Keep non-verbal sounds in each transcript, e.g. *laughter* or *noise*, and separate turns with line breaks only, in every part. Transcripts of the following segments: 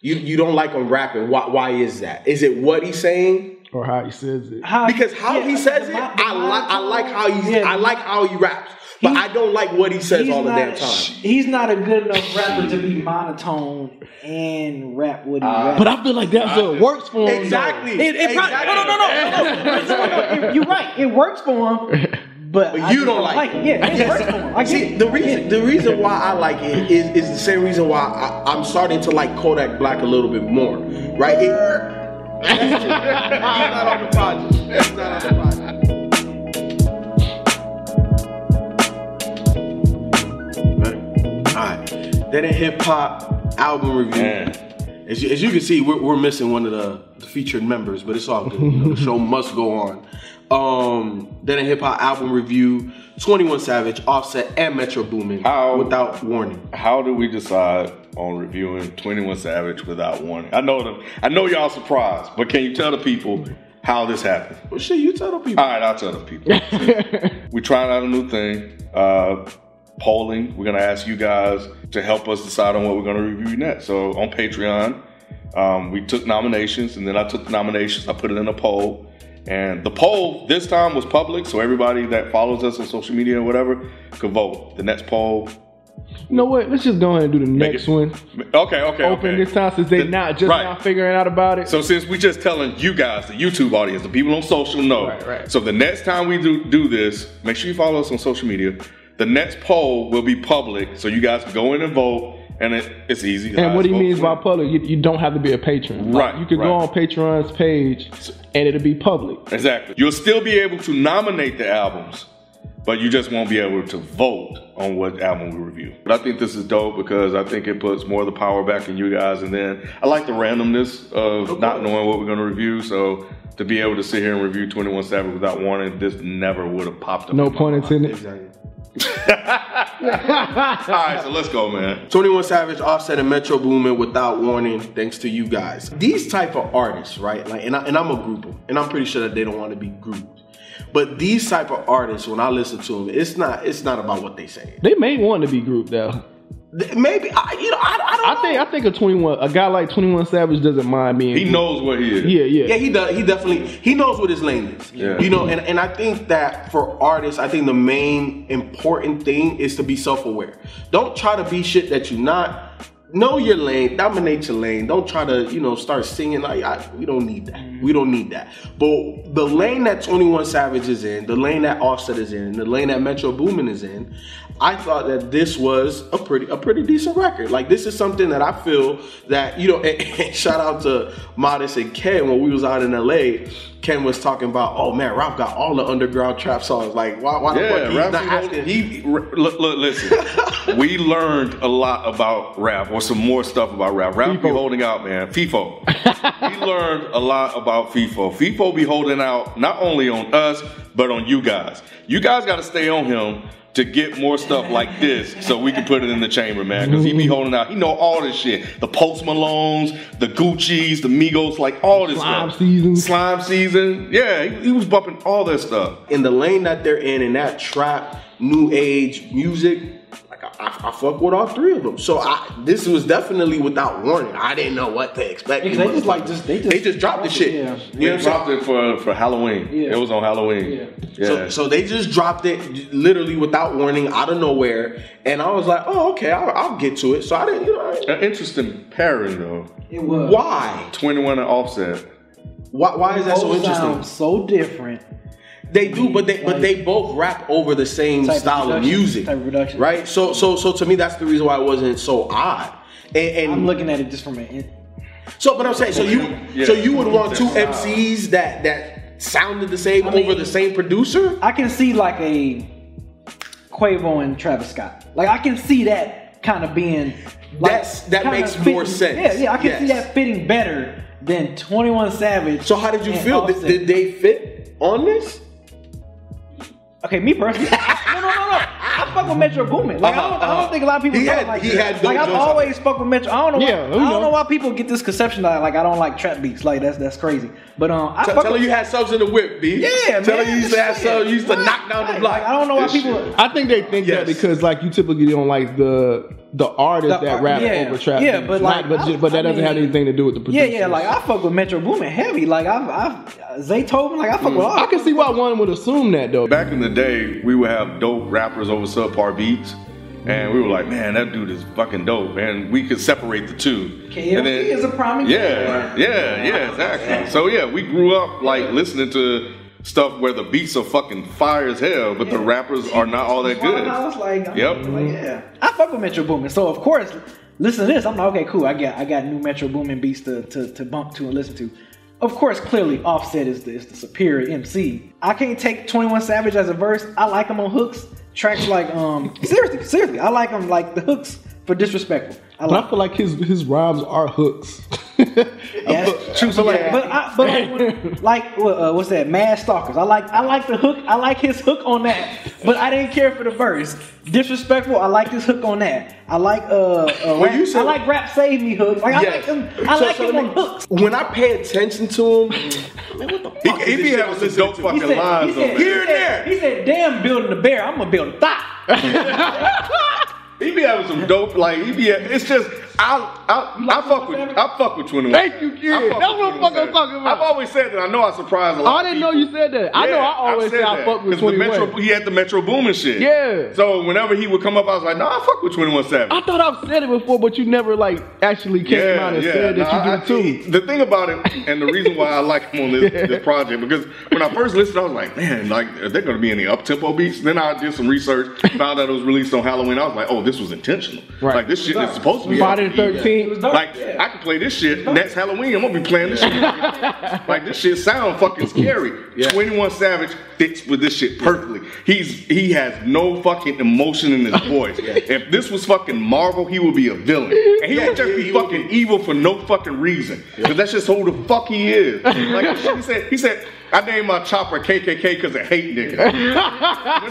You you don't like him rapping. Why why is that? Is it what he's saying?
or how he says it.
How-
Because how
yeah,
he says it,
the mo- the
I like I like how he
Yeah.
I like how he raps, but
He's-
I don't like what he says all the
not
damn
a-
time.
He's not a good enough rapper to be monotone and rap what he raps.
But I feel like that's what works for him. though.
Exactly.
Uh, It- it probably-
exactly.
no, no, It- you're right. It works for him,
But
but, I
you
just
don't like it.
Yeah, it works for him. I
*laughs*
get
See,
it.
the reason the reason why I like it is is the same reason why I, I'm starting to like Kodak Black a little bit more, right? It, *laughs* that's not on the project. That's not on the project. Alright, that ain't hip hop album review. As you, as you can see, we're, we're missing one of the, the featured members, but it's all good. You know, the show must go on. Um, that ain't hip hop album review. Twenty One Savage, Offset, and Metro Boomin.
How-
Without warning.
How do we decide on reviewing 21 Savage without warning? I know them. I know y'all surprised, but can you tell the people how this happened?
Well, shit, you tell the people.
All right, I'll tell
*laughs*
the people. we trying out a new thing. Uh, polling. We're gonna ask you guys to help us decide on what we're gonna review next. So on Patreon, um, we took nominations, and then I took the nominations. I put it in a poll, and the poll this time was public, so everybody that follows us on social media or whatever could vote. The next poll.
You know what? Let's just go ahead and do the next
it
one.
Okay,
Open
okay. okay.
this time since they
The-
not just
right.
now figuring out about it.
So since we just telling you guys, the YouTube audience, the people on social know.
Right, right.
So the next time we do do this, make sure you follow us on social media. The next poll will be public, so you guys can go in and vote, and it, it's easy.
and what he
Vote
means by
win.
public, you, you don't have to be a patron.
Right,
you could
right.
go on Patreon's page and it'll be public.
exactly, you'll still be able to nominate the albums, but you just won't be able to vote on what album we review. But I think this is dope because I think it puts more of the power back in you guys, and then I like the randomness of not knowing what we're gonna review. So to be able to sit here and review Twenty One Savage without warning, this never would have popped up.
No
in my
pun
mind.
intended.
Exactly.
All right, so let's go, man.
21 Savage, Offset, and Metro Boomin without warning, thanks to you guys. These type of artists, right? Like, and, I, and I'm a grouper, and I'm pretty sure that they don't want to be grouped. But these type of artists, when I listen to them, it's not it's not about what they say.
*laughs* They may want to be grouped though.
Th- Maybe I, you know, I, I don't
I
know.
think I think a twenty one a guy like twenty one Savage doesn't mind being
He
grouped.
knows what he is.
Yeah, yeah.
yeah, he does. He definitely he knows what his lane is.
Yeah.
You know, and, and I think that for artists, I think the main important thing is to be self aware. Don't try to be shit that you're not. Know your lane, dominate your lane. Don't try to you know start singing like I, we don't need that. We don't need that. But the lane that Twenty One Savage is in, the lane that Offset is in, the lane that Metro Boomin is in, I thought that this was a pretty a pretty decent record. Like this is something that I feel that you know. *laughs* shout out to Modest and Ken when we was out in LA. Ken was talking about, oh man, Ralph got all the underground trap songs. Like why why the fuck
Yeah,
he's
rap.
not
he,
asking?
he r- look, look,
*laughs*
listen. we learned a lot about rap, or some more stuff about rap. Rap be
FIFO.
holding out, man.
*laughs*
FIFO. we learned a lot about FIFO. FIFO be holding out not only on us, but on you guys. You guys got to stay on him to get more stuff like this, so we can put it in the chamber, man. Because he be holding out. He know all this shit. The Post Malones, the Gucci's, the Migos, like all this
Slime
stuff.
season.
Slime season. Yeah, he, he was bumping all that stuff.
in the lane that they're in, in that trap, new age music, like I, I, I fuck with all three of them. So I, this was definitely without warning. I didn't know what to expect.
Because they just like just they just
They just dropped the shit. You
Yeah.
know
They
what I'm saying?
dropped it for, for Halloween.
Yeah.
It was on Halloween.
Yeah.
Yeah.
So, so they just dropped it literally without warning, out of nowhere, and I was like, "Oh, okay, I'll, I'll get to it." So I didn't, you know, I-
An interesting pairing though.
It was
why?
Twenty one and offset.
Why, why is that so
Both
interesting?
sound So different.
They do, but they but they both rap over the same
Type of
style of
production,
music,
type of production.
right? So so so to me, that's the reason why it wasn't so odd. And,
I'm
and
looking at it just from an. in-
so, but I'm saying, so you
Yeah.
so you would want two
Wow.
MCs that that sounded the same
I mean-
over the same producer.
I can see like a Quavo and Travis Scott. Like I can see that kind of being. Like,
That's- that
kinda
makes more sense.
Yeah, yeah, I can see
Yes.
that fitting better than Twenty One Savage.
So how did you
and
feel? Did,
Offset.
did they fit on this?
Okay, me personally. I- no, no, no, no. I fuck with Metro Boomin. Like I, don't, I
Uh-huh,
don't think a lot of people
He
don't
had-
like
he
that.
had
Like I've
those-
always fuck with Metro. I don't know.
Yeah,
why,
who
I don't
know?
know why people get this conception that like I don't like trap beats. Like that's that's crazy. But um, I
T-
fuck
tell her
with,
you had subs in the whip, B.
Yeah,
tell
man.
her you used to have
shit.
subs. You used to
Right,
knock down the
right.
block.
Like, I don't know why
This
people.
shit.
I think they think
Yes.
that because like you typically don't like the the artist
The
that
art-
rap
yeah.
over trap.
Yeah,
beats.
but
Not-
like,
but,
I-
ju- but that
I
doesn't have
mean-
anything to do with the
Yeah,
producer.
yeah. Like I fuck with Metro Boomin heavy. Like I've, I've Zaytoven. Like I fuck with all.
I can see why one would assume that though.
Back in the day, we would have dope rappers over subpar beats. And we were like, man, that dude is fucking dope. And we could separate the two.
KLC
And then-
is a prime
Yeah,
example.
yeah, yeah, exactly. So yeah, we grew up like listening to stuff where the beats are fucking fire as hell, but the rappers are not all that
I
good.
was like, I'm
Yep.
like, yeah. I fuck with Metro Boomin. So of course, listen to this. I'm like, okay, cool. I got I got new Metro Boomin beats to, to, to bump to and listen to. Of course, clearly Offset is the, is the superior MC. I can't take 21 Savage as a verse. I like him on hooks. Tracks like um *laughs* seriously, seriously, I like him like the hooks for disrespectful. I
But
like
I feel like his his rhymes are hooks. *laughs*
Yes. but like,
Yeah.
but, I, but
*laughs*
like, when- like what, uh, what's that? Mad Stalkers. I like, I like the hook. I like his hook on that. But I didn't care for the verse. Disrespectful. I like this hook on that. I like, uh, uh
When you
rap-
said-
I like rap save me hook. Like I like
Yes.
him. I
So-
like
so
him
let
on
me-
hooks.
When I pay attention to him, man, what the
He,
fuck?
he
is
be
this shit
having
I'm
some
listening
dope
to?
fucking lines on
Here
there.
and there.
He said, "Damn, building a bear. I'm gonna build a thigh."
*laughs*
He be having some dope like he be. It's just I I, I fuck with I fuck with Twenty One.
Thank you, kid. That's what I'm fucking talking about.
I've always said that. I know I surprised a
*laughs*
lot.
I
of
didn't know
people.
you said that. I know I
I've
always
said
say I
that,
fuck with
'cause
Twenty
the Metro,
One.
He had the Metro Boomin shit.
Yeah.
So whenever he would come up, I was like, nah, I fuck with Twenty One Savage.
I thought I've said it before, but you never like actually came out and said that
Nah,
you do
I-
too.
The thing about it, and the reason why I like him
*laughs*
on this, this project, because when I first listened, I was like, man, like, are there going to be any up tempo beats? Then I did some research, found out it was released on Halloween. I was like, oh, this was intentional.
Right.
Like, this shit is supposed to be.
Friday the
upbeat.
It was
Thirteenth.
dark.
Like
Yeah.
I can play this shit next Halloween. I'm gonna be playing this shit. like this shit sound fucking scary.
Yeah.
21 Savage fits with this shit perfectly. He's he has no fucking emotion in *laughs* his voice. If this was fucking Marvel, he would be a villain. And he would just be fucking evil for no fucking reason. Cause that's just who the fuck he is. *laughs* Like he said, he said, I named my chopper KKK because I hate niggas. When I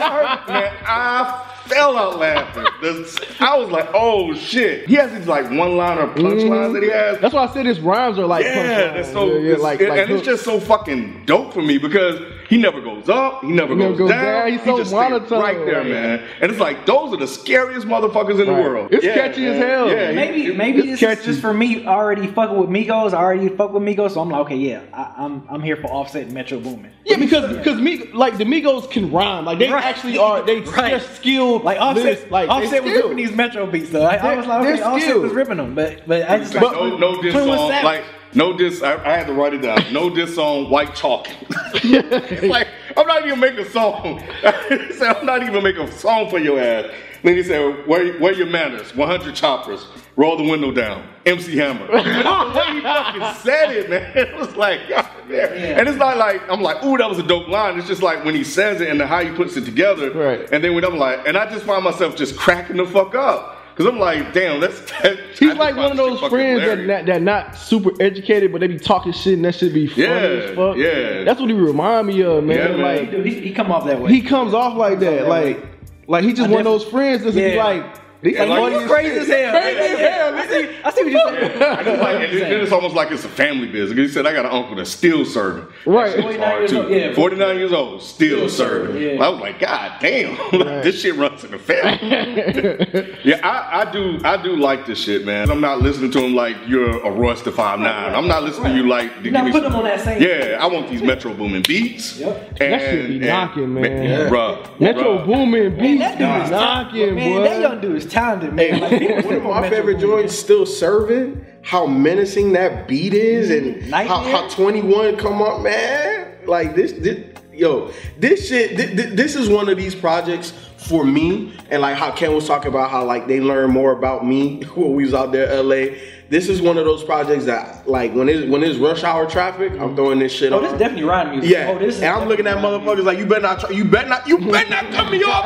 heard that, man, I fell out laughing. This- I was like, oh shit. He has these like one liner punchlines that he has.
Mm-hmm. That's why I said his rhymes are like
Yeah,
punchlines.
that's so.
yeah, yeah,
it's-
like,
and,
like
and
hooks.
it's just so fucking dope for me because he never goes up, he never,
never
goes,
goes
down.
down, he's
he
so
just stays
monotone.
right there, man. And it's like those are the scariest motherfuckers in the
Right.
world.
It's catchy as
man.
hell.
Yeah, he-
Maybe,
he-
maybe
it's
this is
catchy.
just for me. Already fucking with Migos. I already fuck with Migos. So I'm like, okay, yeah, I, I'm I'm here for Offset and Metro Boomin.
yeah, because because me like the Migos can rhyme. Like they
Right.
actually are they
*laughs* Right.
they're skilled.
Like
lyrics,
Offset,
like they
Offset was
skilled.
ripping these Metro beats though. I, I
They're-
was like,
they're
okay, Offset
skilled.
was ripping them, but but I just
Like,
like
no, no diss
21
on
Savage.
like no diss. I, I had to write it down. No diss on white chalk. *laughs* it's like I'm not even making a song. *laughs* I said I'm not even making a song for your ass. Then he said, "Where, where your manners? 100 choppers. Roll the window down. MC
*laughs*
Hammer." he fucking said it, man. *laughs* It was like, God, man. and it's not like I'm like, "Ooh, that was a dope line." It's just like when he says it and how he puts it together.
Right.
And then when I'm like, and I just find myself just cracking the fuck up. Cause I'm like, damn, that's *laughs* that, I
He's
just
like one of
find this shit
those
fucking
friends that
hilarious.
not, that not super educated, but they be talking shit and that shit be funny
Yeah,
as fuck.
yeah.
That's what he remind me of, man.
Yeah, man.
Like
Dude, he, he come off that way.
he comes off like that. Like like he just one of
definitely-
those friends that's be
Yeah.
like they
And
like,
like,
"Oh,
you
you
crazy as hell.
Crazy as hell,
I see, I see what you're saying.
And it's like- and then it's almost like it's a family business. He said, I got an uncle that's still serving.
Right.
49 years old, yeah.
49 years old, still, serving.
yeah.
I was like, God damn, *laughs* this shit runs in the family.
*laughs*
yeah, I, I do I do like this shit, man. I'm not listening to him like you're a Royce to 5'9.
right,
I'm not listening to you like. to
You're not
give me
putting
some-
him on that same-
Yeah, I want these Metro Boomin beats.
Yep.
And,
That shit be
and-
knocking, man.
Yeah. Bruh,
Metro
bruh.
Boomin
Man,
beats
that
be
dude is
knocking,
talented. Man,
boy.
that young dude is talented, man. *laughs* Like, people
One of
fuck with
my
Metro
favorite
Boomin.
joints still serving. How menacing that beat is,
Mm-hmm.
and how,
Nightmare?
how 21 come up, man. Like this, this yo, this shit. thi- thi- This, is one of these projects for me, and like how Ken was talking about how like they learn more about me *laughs* when we was out there, LA. This is one of those projects that like when it's when it's rush hour traffic, I'm throwing this shit
Oh,
on.
this is definitely rhyme music.
Yeah,
Oh, this is
and I'm looking at
definitely-
motherfuckers like you better not, try, you better not, you better not cut me off,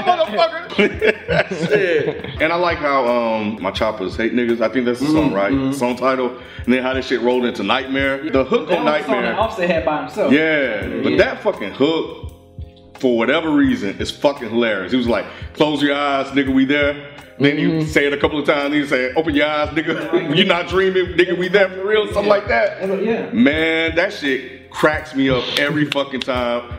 *laughs*
motherfucker.
*laughs*
Shit.
And I like how um my choppers hate niggas. I think that's the
Mm-hmm.
song, right? Song title. And then how this shit rolled into Nightmare. The hook
That
on
was a song that
Nightmare.
Offset had by himself.
Yeah. But that fucking hook, for whatever reason, is fucking hilarious. He was like, close your eyes, nigga, we there. Then you
Mm-hmm.
say it a couple of times, then you say, open your eyes, nigga, *laughs* you're not dreaming, nigga, we there for real, something like that.
Yeah.
Man, that shit cracks me up every fucking time.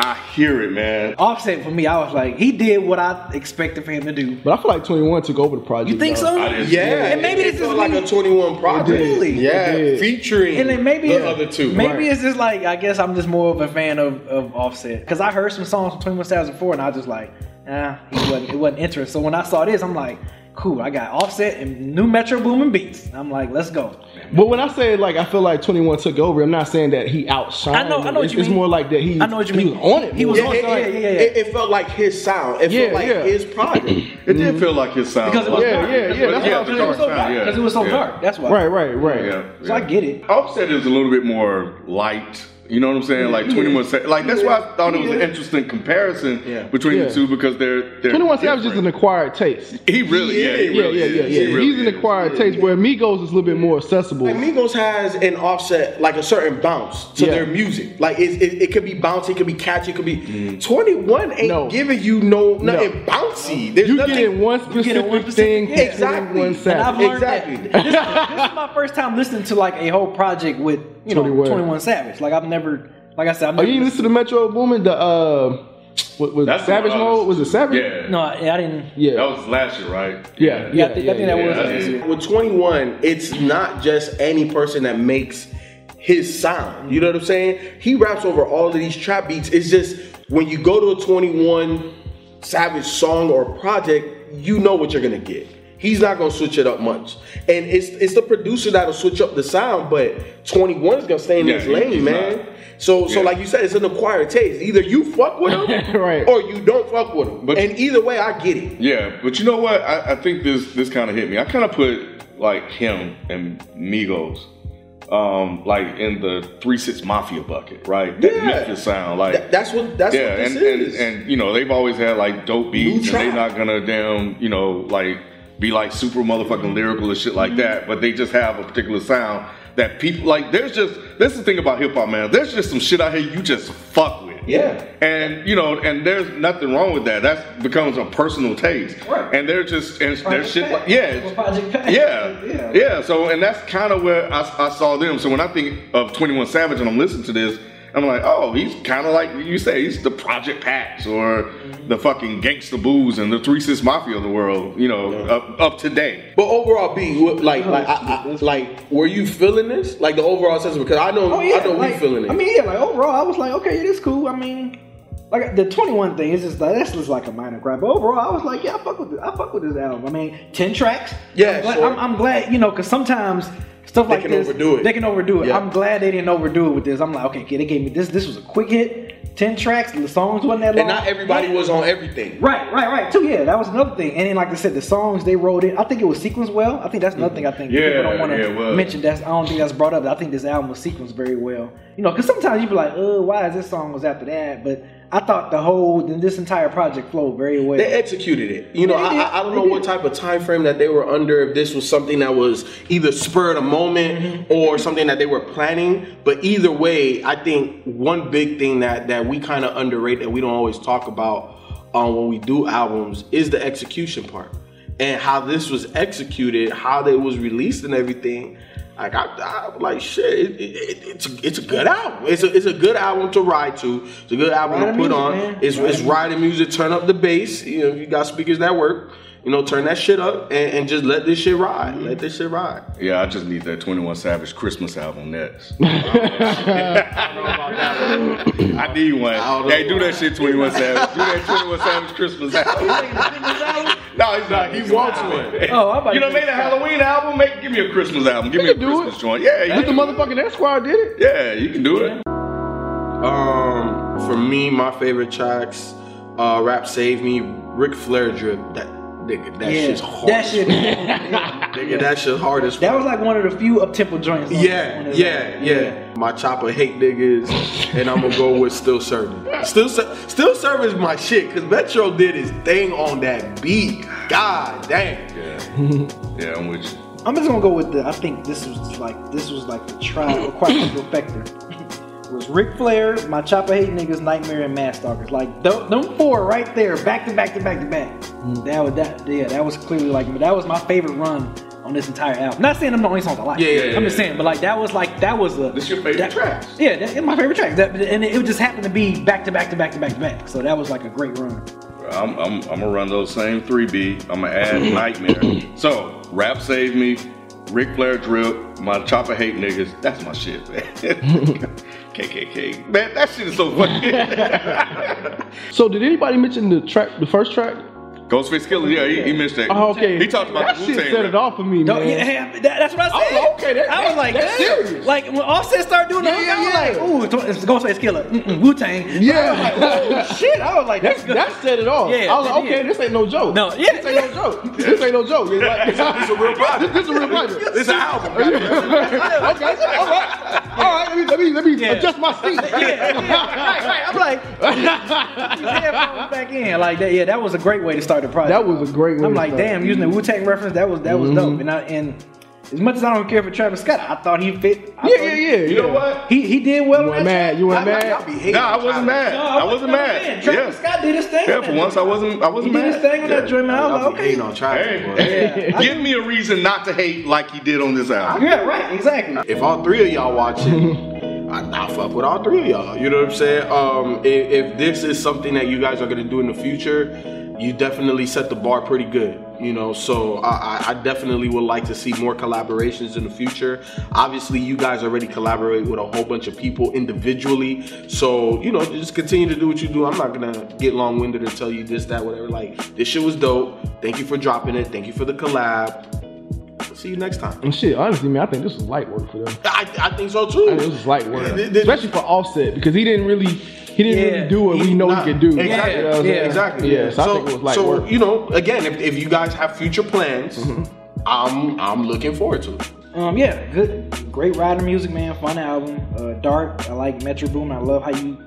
I hear it, man.
Offset for me, I was like, he did what I expected for him to do.
But I feel like 21 took over the project.
You think
though.
so?
I didn't-
Yeah,
And maybe
it- it
this
felt
is
like
me-
a 21 project.
Really?
Yeah,
It did.
featuring
And then maybe
the other two.
Maybe
Right.
it's just like I guess I'm just more of a fan of, of Offset because I heard some songs from Twenty One Thousand Four and I was just like, ah, it wasn't it wasn't interesting. So when I saw this, I'm like, cool, I got Offset and new Metro Boomin beats. I'm like, let's go.
But when I say like I feel like 21 took over, I'm not saying that he outshined.
I know- I know
him.
what
it's,
you
it's
mean.
more like that he.
I know what you
he
mean.
was on it.
He was
more.
Yeah, it,
Yeah,
it-
yeah, yeah, yeah.
It, it felt like his sound. It
Yeah,
felt like
yeah.
his project.
It did feel like his sound.
Mm-hmm. Because it was
Yeah,
dark.
yeah, yeah, that's
Yeah,
what I'm
Because
the
it was so
dark
dark.
side, yeah.
Because it was so
Yeah.
dark. That's why.
Right, right, right.
Yeah,
So I
yeah.
get it.
Offset is a little bit more light. You know what I'm saying? Like 21 Savage. Like that's why I thought it was an interesting comparison
Yeah.
between
Yeah.
the two because they're, they're
21 Savage is an
different.
acquired taste.
He really, yeah, he
Yeah,
really
yeah,
is.
yeah,
He
yeah.
really
He's an
is.
acquired taste where Migos is a little bit more accessible.
Like Migos has an offset, like a certain bounce to
Yeah.
their music. Like it, it, it could be bouncy, it could be catchy, it could be. Twenty one ain't
Mm. No.
giving you no nothing bouncy. There's
you
nothing.
get in one
You
specific,
get it one
thing, featuring
specific- yeah.
Exactly.
one
And
savage.
And I've learned
Exactly.
that. This, this is my first time listening to like a whole project with you know
21.
21, Savage. Like I've never, like I said, I've
Oh,
never.
you didn't listen to Metro Boomin? The uh, what was
That's the
Savage
one I
Mode? Was it
listened to.
Savage?
Yeah.
no, I, I didn't.
yeah,
That was last year, right?
yeah,
Yeah, I think, I think that
yeah.
was.
yeah.
this year.
With 21, it's not just any person that makes his sound. You know what I'm saying? He raps over all of these trap beats. It's just when you go to a 21 Savage song or project, you know what you're gonna get. He's not gonna switch it up much. And it's it's the producer that'll switch up the sound, but 21 is gonna stay in
Yeah,
his
he- he's
lane, man.
not.
So, so
Yeah.
like you said, it's an acquired taste. Either you fuck with him,
Right.
or you don't fuck with him.
But-
and either way, I get it.
Yeah, but you know what? I, I think this this kind of hit me. I kind of put like him and Migos, um, like in the three six mafia bucket, right? That
Yeah.
Memphis sound, like
Th- that's what that's
yeah,
what this
and,
is.
and and you know they've always had like dope beats, and
trap.
they're not gonna damn you know like be like super motherfucking lyrical and shit like
Mm-hmm.
that, but they just have a particular sound that people like. There's just that's the thing about hip hop, man. There's just some shit out here you just fuck with.
Yeah.
and you know, and there's nothing wrong with that. That becomes a personal taste,
Right.
and they're just and their
Project
shit
Pat.
like yeah,
Well, Project *laughs* Pat.
yeah,
Yeah.
yeah, So and that's kind of where I, I saw them. So when I think of Twenty One Savage and I'm listening to this, I'm like, oh, he's kind of like you say, he's the Project Pats or the fucking Gangsta Booze and the Three Six Mafia of the world, you know, up, up to date.
But overall, B, what- like, like, I, I, like, were you feeling this? Like the overall sense, because I know,
Oh yeah,
I know
like,
we feeling it.
I mean, yeah, like overall, I was like, okay, yeah, this cool. I mean, like the twenty one thing is just like that's just like a minor gripe. But overall, I was like, yeah, I fuck with this. I fuck with this album. I mean, ten tracks.
Yeah,
I'm glad,
sure.
I'm, I'm glad you know because sometimes stuff like
can
this,
overdo it.
They can overdo it.
Yeah.
I'm glad they didn't overdo it with this. I'm like, okay, okay, they gave me this. This was a quick hit. Ten tracks. The songs wasn't that
and
long.
not everybody was on everything.
Right, right, right. Too, yeah, that was another thing. And then, like I said, the songs they wrote in, I think it was sequenced well. I think that's another thing I think
Yeah,
people don't want
yeah,
to
it was.
mention. That's I don't think that's brought up. I think this album was sequenced very well. You know, because sometimes you be like, "Uh, why is this song was after that?" But I thought the whole then this entire project flowed very well.
They executed it. You know,
Yeah,
I,
they did.
I, I don't
They
know what
did.
type of time frame that they were under. If this was something that was either spur of the
Mm-hmm.
moment or something that they were planning, but either way, I think one big thing that that we kind of underrate that we don't always talk about um, when we do albums is the execution part and how this was executed, how they was released and everything. Like I, I like shit. It, it, it's a, it's a good album. It's a, it's a good album to ride to. It's a good album
Ride
to
the
put
music,
on.
man.
It's
Ride
it's
the
ride the music, turn up the bass. You know, if you got speakers that work, you know, turn that shit up and, and just let this shit ride. Let this shit ride.
Yeah, I just need that Twenty One Savage Christmas album next. I need
don't
one. Hey,
know.
do that shit, Twenty One Savage. Do that Twenty One Savage Christmas album. No, he's not. He wants one.
Oh, I'm about
you
to
know, made a Halloween album. Make, give me a Christmas album. Give me
You
a
can do
Christmas
it.
joint. Yeah, you
But the motherfucking Esquire did it.
yeah, you can do it.
Um, for me, my favorite tracks, uh, rap save me, Ric Flair drip. That nigga, that shit's hard.
that
as
shit.
fuck.
that
nigga, that shit hard as fuck.
was like one of the few up tempo joints. on- on
Yeah,
this
yeah,
album.
yeah. My chopper hate niggas, and I'm gonna go with still serving. Still, Ser- still serving is my shit because Metro did his thing on that beat. God damn.
Yeah, yeah, I'm with you.
I'm just gonna go with the. I think this was like this was like the trial quite perfector. It was Ric Flair, my chopper hate niggas, Nightmare, and Mad Stalkers. Like th- them four right there, back to back to back to back. That was that. Yeah, that was clearly like that was my favorite run on this entire album. Not saying I'm the only songs I like.
Yeah, yeah, yeah,
I'm just
yeah.
saying, but like that was like that was a.
This your favorite
that-
tracks.
Yeah, that's my favorite track. That, and it just happened to be back to back to back to back to back. So that was like a great run.
I'm, I'm, I'm gonna run those same three B. I'm gonna add Nightmare. So, Rap Save Me, Ric Flair Drill, My Chopper Hate Niggas. That's my shit, man. KKK. Man, that shit is so funny.
So did anybody mention the track, the first track?
Ghostface Killer, yeah, he, he missed that.
Oh, okay.
He talked about
that
the
shit.
Wu-Tang
Set
rap.
it off for me,
Don't-
man.
yeah, that- that's what I
I was
said.
like, Oh, okay, that-
I was
that-
like,
that's
damn.
serious.
Like when Offset started doing that,
Yeah,
I was
yeah, yeah.
like, ooh, it's Ghostface Killer, Mm-mm, Wu Tang.
Yeah.
*laughs* shit, I was like,
That's, that said it all.
oh, Yeah,
I was like,
that
okay,
did.
this ain't no joke.
No, yeah.
this ain't no joke. This ain't no joke. It's like, this,
It's a real project.
is a real project.
It's
*laughs*
an album.
okay, all right, all right. Let me let me, let me
Yeah.
adjust my seat.
*laughs* yeah, yeah, right, right. I'm like, put
*laughs*
your headphones back in. Like that, yeah, that was a great way to start the project.
That was a great way
I'm
to
like,
start. Mm-hmm.
damn, using the Wu Tang reference, that was that was dope. And I, and as much as I don't care for Travis Scott, I thought he fit. I
Yeah,
thought
yeah,
he-
yeah.
You know what?
He he did well.
You
on
weren't
that
mad. You weren't
Y'all be
mad.
hating
Nah, I wasn't mad.
track.
I wasn't mad.
Travis
Yeah.
Scott did his thing. on
Yeah, for
that
once I
joint.
wasn't I wasn't
He did
mad.
his thing on
Yeah.
that joint, man. I was
Y'all
like,
be
okay.
hating on Travis.
Hey,
boy.
hey, give me a reason not to hate like he did on this album.
Yeah, right, exactly.
If all three of y'all watching, I not fuck with all three of y'all. You know what I'm saying? Um, if, if this is something that you guys are gonna do in the future, you definitely set the bar pretty good. You know, so I, I- I definitely would like to see more collaborations in the future. Obviously, you guys already collaborate with a whole bunch of people individually, so you know, just continue to do what you do. I'm not gonna get long-winded and tell you this, that, whatever. Like, this shit was dope. Thank you for dropping it. Thank you for the collab. See you next time.
And shit, honestly, man, I think this was light work for them.
I, I think so too.
I think this was light work,
Th- th-
especially for Offset because he didn't really, he didn't
Yeah.
really do what we
he-
know
nah,
he can do.
Exactly.
You know what I'm
yeah,
saying?
exactly.
Yeah, so, I think it was light
so,
work.
you know, again, if, if you guys have future plans,
Mm-hmm.
I'm I'm looking forward to it.
Um, yeah, good, great rider music, man. Fun album. Uh, dark. I like Metro Boomin. I love how you,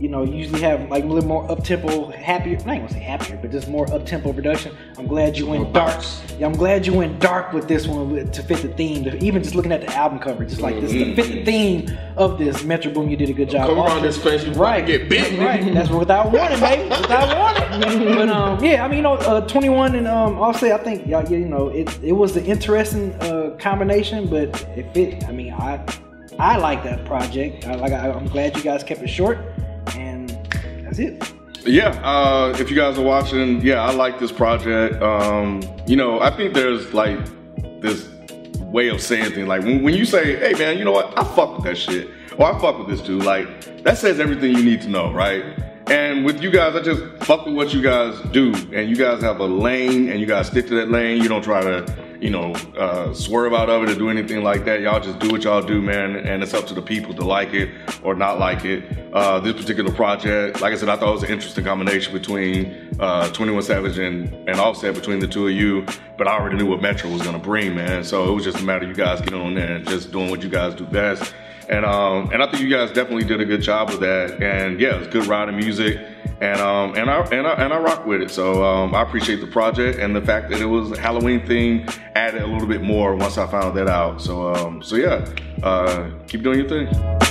you know, usually have like a little more up tempo, happier. I'm not gonna say happier, but just more up tempo production. I'm glad you went dark. Yeah, I'm glad you went dark with this one with, to fit the theme. Even just looking at the album cover, just like this to fit the theme of this. Metro Boomin, you did a good job.
Come around
Also-
this fence, you
Right.
right. get big.
Right, that's without warning, baby. Without warning. *laughs* But um, yeah, I mean, you know, uh, 21 and um, Offset. I think y'all, you know, it, it was an interesting uh, combination, but it fit. I mean, I I like that project. I, like, I, I'm glad you guys kept it short, and that's it.
Yeah, uh, if you guys are watching, yeah, I like this project. Um, you know, I think there's like this way of saying things. Like when, when you say, "Hey, man, you know what? I fuck with that shit," or "I fuck with this dude." Like that says everything you need to know, right? And with you guys, I just fuck with what you guys do, and you guys have a lane, and you guys stick to that lane. You don't try to, you know, uh, swerve out of it or do anything like that. Y'all just do what y'all do, man, and it's up to the people to like it or not like it. Uh, this particular project, like I said, I thought it was an interesting combination between uh, 21 Savage and, and Offset between the two of you, but I already knew what Metro was gonna bring, man. So it was just a matter of you guys getting on there and just doing what you guys do best. And um, and I think you guys definitely did a good job of that. And yeah, it's good riding music. And um, and I and I and I rock with it. So um, I appreciate the project and the fact that it was a Halloween thing added a little bit more once I found that out. So um, so yeah, uh, keep doing your thing.